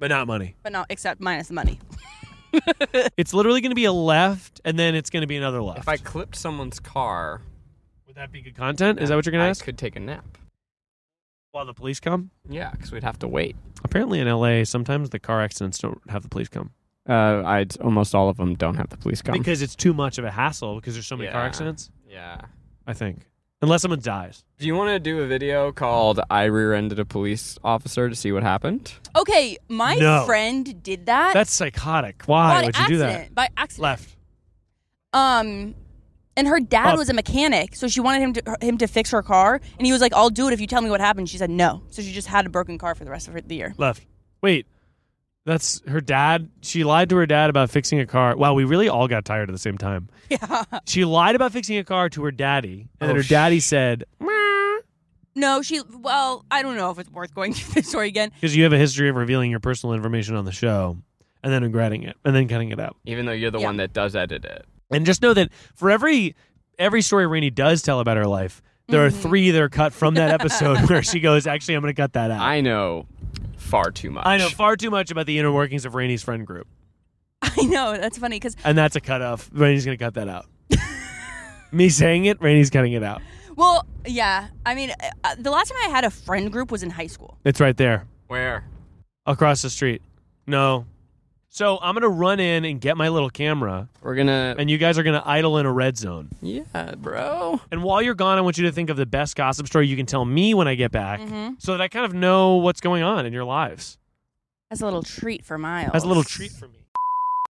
but not money. but not except minus the money. It's literally going to be a left, and then it's going to be another left. If I clipped someone's car, Would that be good content? Is that what you're going I to ask? could take a nap. While the police come? Yeah, because we'd have to wait. Apparently in LA, sometimes the car accidents don't have the police come Uh, I'd almost all of them don't have the police come. because it's too much of a hassle because there's so many car Yeah. accidents. yeah. I think unless someone dies. Do you want to do a video called "I Rear-Ended a Police Officer" to see what happened? Okay, my No. friend did that. That's psychotic. Why by would you accident, do that? By accident. Left. Um, and her dad Up. was a mechanic, so she wanted him to him to fix her car, and he was like, "I'll do it if you tell me what happened." She said no, so she just had a broken car for the rest of her, the year. Left. Wait. That's her dad. She lied to her dad about fixing a car. Wow, we really all got tired at the same time. Yeah. She lied about fixing a car to her daddy, and then Oh, her daddy said, No, she. Well, I don't know if it's worth going through this story again. because you have a history of revealing your personal information on the show and then regretting it and then cutting it out. Even though you're the Yeah. one that does edit it. And just know that for every every story Rainey does tell about her life, there Mm-hmm. are three that are cut from that episode where she goes, "Actually, I'm going to cut that out." I know far too much. I know far too much about the inner workings of Rainey's friend group, I know that's funny because and that's a cut off. Rainey's going to cut that out. Me saying it, Rainey's cutting it out. well, yeah. I mean, uh, the last time I had a friend group was in high school. It's right there Where? across the street. No. So I'm going to run in and get my little camera, We're gonna. and you guys are going to idle in a red zone. yeah, bro. And while you're gone, I want you to think of the best gossip story you can tell me when I get back so that I kind of know what's going on in your lives. That's a little treat for Miles. That's a little treat for me.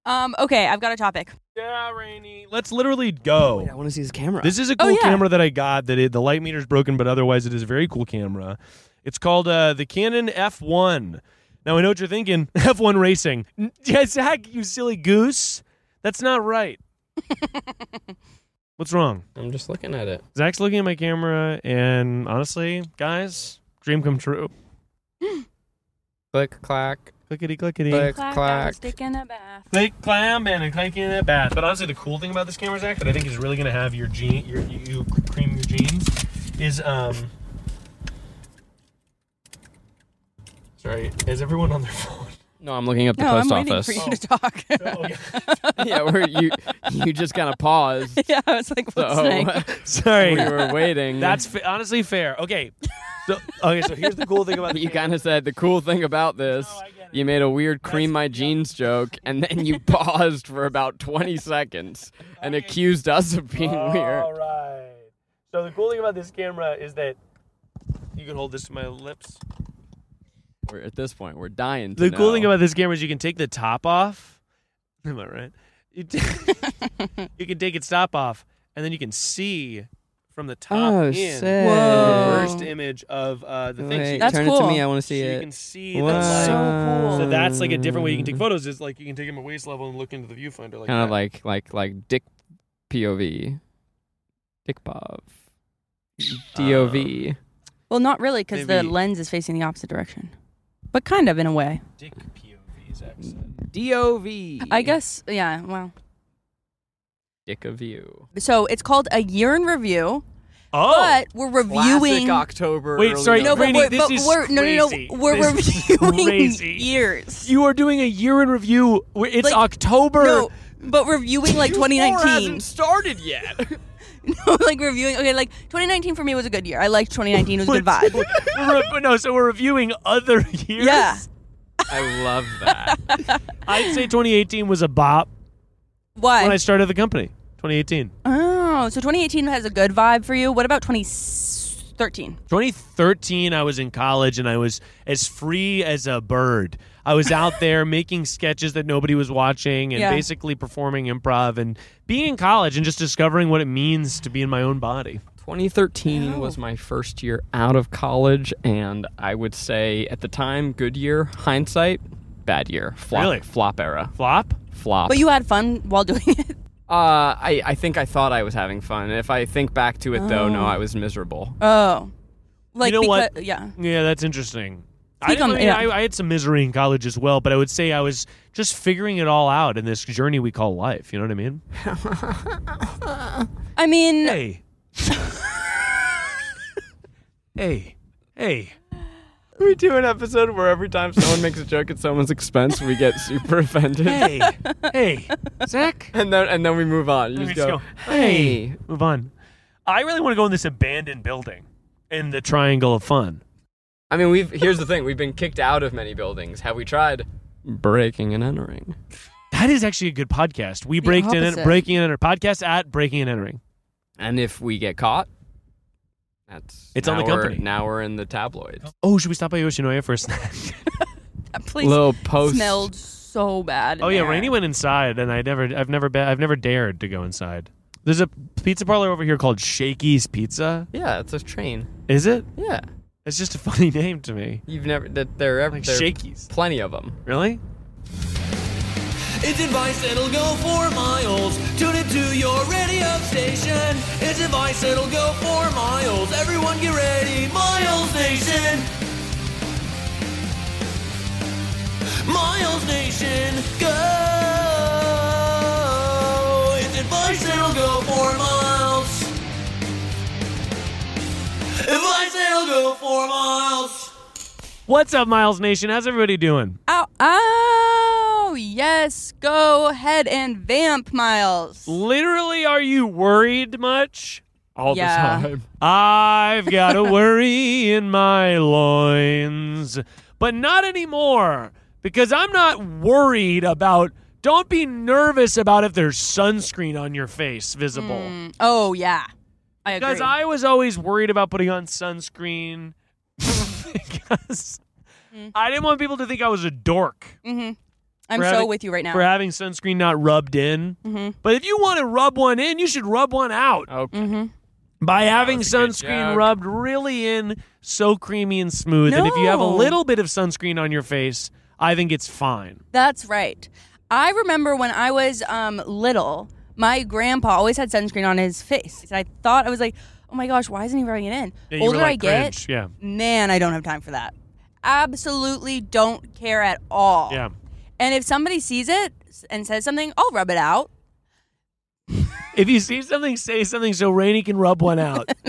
Um. Okay, I've got a topic. Yeah, Rainy. Let's literally go. I want to see his camera. This is a Oh, cool yeah. camera that I got. That it, the light meter's broken, but otherwise it is a very cool camera. It's called uh, the Canon F1. Now I know what you're thinking. F1 racing. N- Yeah, Zach, you silly goose. That's not right. What's wrong? I'm just looking at it. Zach's looking at my camera, and honestly, guys, dream come true. Click clack. Clickety clickety. Click. I clack. was stick in the bath. Click clam and a clanking in that bath. But honestly, the cool thing about this camera, Zach, that I think is really gonna have your jean, your you you cream your jeans, is um. Sorry, is everyone on their phone? No, I'm looking up the No, I'm post waiting office. for you to talk. Oh, yeah, where you you just kind of paused. yeah, I was like listening. So we Sorry, were waiting. that's fa- honestly fair. Okay, so okay, so here's the cool thing about the you kind of said the cool thing about Oh, this. You made a weird cream my jeans joke, and then you paused for about 20 seconds and accused us of being weird. All right. So the cool thing about this camera is that you can hold this to my lips. We're, at this point, we're dying. To The cool know. thing about this camera is you can take the top off. Am I right? You, t- you can take its top off, and then you can see from the top Oh, in sick. Whoa. the first image of uh, the thing. So you- That's turn it to cool. me. I want to so see you it. can see the Wow. light. So cool. So that's like a different way you can take photos. Is like you can take them at waist level and look into the viewfinder. Like kind of that. like like like Dick POV, Dick Pov, Uh, DOV. Well, not really, because the Maybe- lens is facing the opposite direction, but kind of in a way. dick POVs. Actually, DOV. I guess, yeah. Well, Dick of you. so it's called a year in review, oh, but we're reviewing. October. Wait, early sorry, no, but Rainey, we're, this but is we're no, no, crazy. no. We're This is reviewing crazy. years. you are doing a year in review. It's Like, October. No, but reviewing like 2019. hasn't started yet. No, like reviewing. Okay, like 2019 for me was a good year. I liked 2019. It was a good vibe. We're re- no, so we're reviewing other years. Yeah. I love that. I'd say 2018 was a bop when I Why? started the company. 2018. Oh, so 2018 has a good vibe for you. What about 2013? 2013 i was in college and i was as free as a bird i was out there making sketches that nobody was watching and Yeah. basically performing improv and being in college and just discovering what it means to be in my own body 2013 was my first year out of college, and I would say at the time, good year. Hindsight, bad year. Flop, Really? Flop era. flop flop. But you had fun while doing it. Uh, I, I think I thought I was having fun. If I think back to it, though, no, I was miserable. Oh, like you know because, what? Yeah. yeah, that's interesting. I, Speak didn't- on- I mean, yeah. I, I had some misery in college as well, but I would say I was just figuring it all out in this journey we call life. You know what I mean? I mean, Hey, hey, hey! We do an episode where every time someone makes a joke at someone's expense, we get super offended, hey, hey, Zach. and then and then we move on. You Let me just just go, go, hey. Move on. I really want to go in this abandoned building in the Triangle of Fun. I mean, we've here's the thing: we've been kicked out of many buildings. Have we tried breaking and entering? That is actually a good podcast. We The break in opposite. breaking and enter podcast at breaking and entering. And if we get caught, that's It's on now the we're- company. Now we're in the tabloids. Oh, should we stop by Yoshinoya for a snack? that place Little post. smelled so bad. in oh yeah, there. Rainey went inside, and I never, I've never been, I've never dared to go inside. There's a pizza parlor over here called Shakey's Pizza. Yeah, it's a train. Is it? Yeah, It's just a funny name to me. you've never that there ever Like there- Shakey's. Plenty of them. Really? It's advice that'll go for miles. Tune it to your radio station. It's advice that'll go for miles. Everyone get ready. Miles Nation. Miles Nation, go. It's advice that'll go for miles. Advice that'll go for miles. What's up, Miles Nation? How's everybody doing? Ow! Ow! Yes, go ahead and vamp, Miles. Literally, are you worried much? All Yeah. the time. I've got a worry in my loins, but not anymore because I'm not worried about. Don't be nervous about if there's sunscreen on your face visible. Oh yeah, I agree. Because I was always worried about putting on sunscreen because I didn't want people to think I was a dork I'm for so having- with you right now. for having sunscreen not rubbed in. Mm-hmm. But if you want to rub one in, you should rub one out Okay. Mm-hmm. by having Oh, was a good sunscreen joke. rubbed really in, so creamy and smooth. And if you have a No. little bit of sunscreen on your face, I think it's fine. That's right. I remember when I was um, little, my grandpa always had sunscreen on his face. And I thought, I was like, oh my gosh, why isn't he rubbing it in? Yeah, you Older were like I get, cringe, yeah. man, I don't have time for that. Absolutely don't care at all. Yeah. And if somebody sees it and says something, I'll rub it out. If you see something, say something so Rainey can rub one out.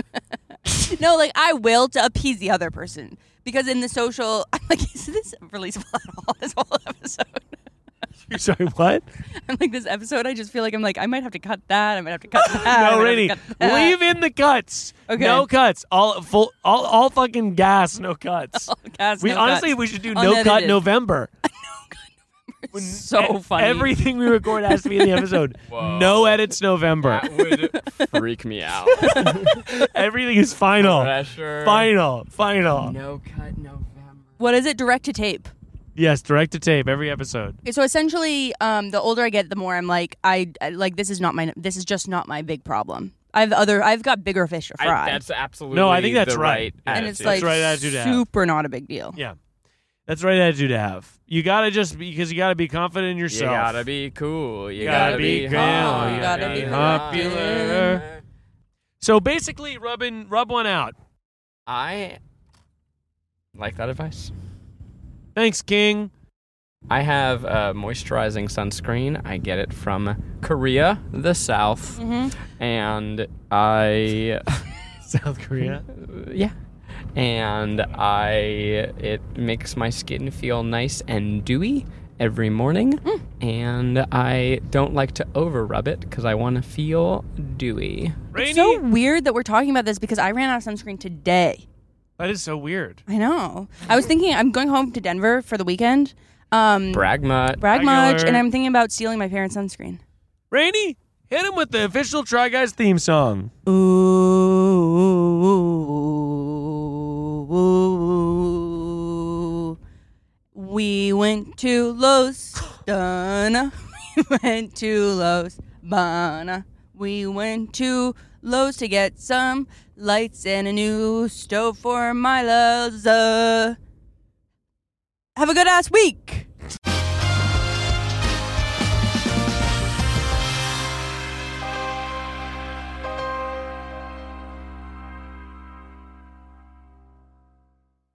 No, like I will to appease the other person. Because in the social, I'm like, is this releasable at all? This whole episode. Sorry, what? I'm like, this episode, I just feel like I'm like, I might have to cut that. I might have to cut that. Uh, I might have No, to Rainey, cut that. leave in the cuts. Okay. No cuts. All full. All, all fucking gas. No cuts. Cast we no honestly cuts. we should do no cut Unedited. November. It's so E- funny. Everything we record has to be in the episode. No edits November. That would freak me out. Everything is final. Pressure. Final. Final. No cut November. what is it? Direct to tape. Yes, direct to tape every episode. So essentially, um, the older I get, the more I'm like, I, I- like this is not my, this is just not my big problem. I've other, I've got bigger fish to fry, I, that's absolutely No, I think that's the right. right. and it's like attitude. right attitude to have. super not a big deal. Yeah. That's the right attitude to have. You gotta just because you gotta be confident in you yourself. gotta be cool. You Gotta gotta, be be, cool, hot, you gotta be popular. So basically, rubbing rub one out. I like that advice. Thanks, King. I have uh, moisturizing sunscreen. I get it from Korea, the South, and I South Korea. yeah, and I it makes my skin feel nice and dewy every morning, and I don't like to over rub it because I want to feel dewy. Rainy. It's so weird that we're talking about this because I ran out of sunscreen today. that is so weird. I know. I was thinking I'm going home to Denver for the weekend. Um, Brag mutt. brag much, Regular. and I'm thinking about stealing my parents' sunscreen. Rainy, hit him with the official Try Guys theme song. Ooh, we went to Los Donna. We went to Los Bana. We went to Los to get some lights and a new stove for my loves. Have a good ass week.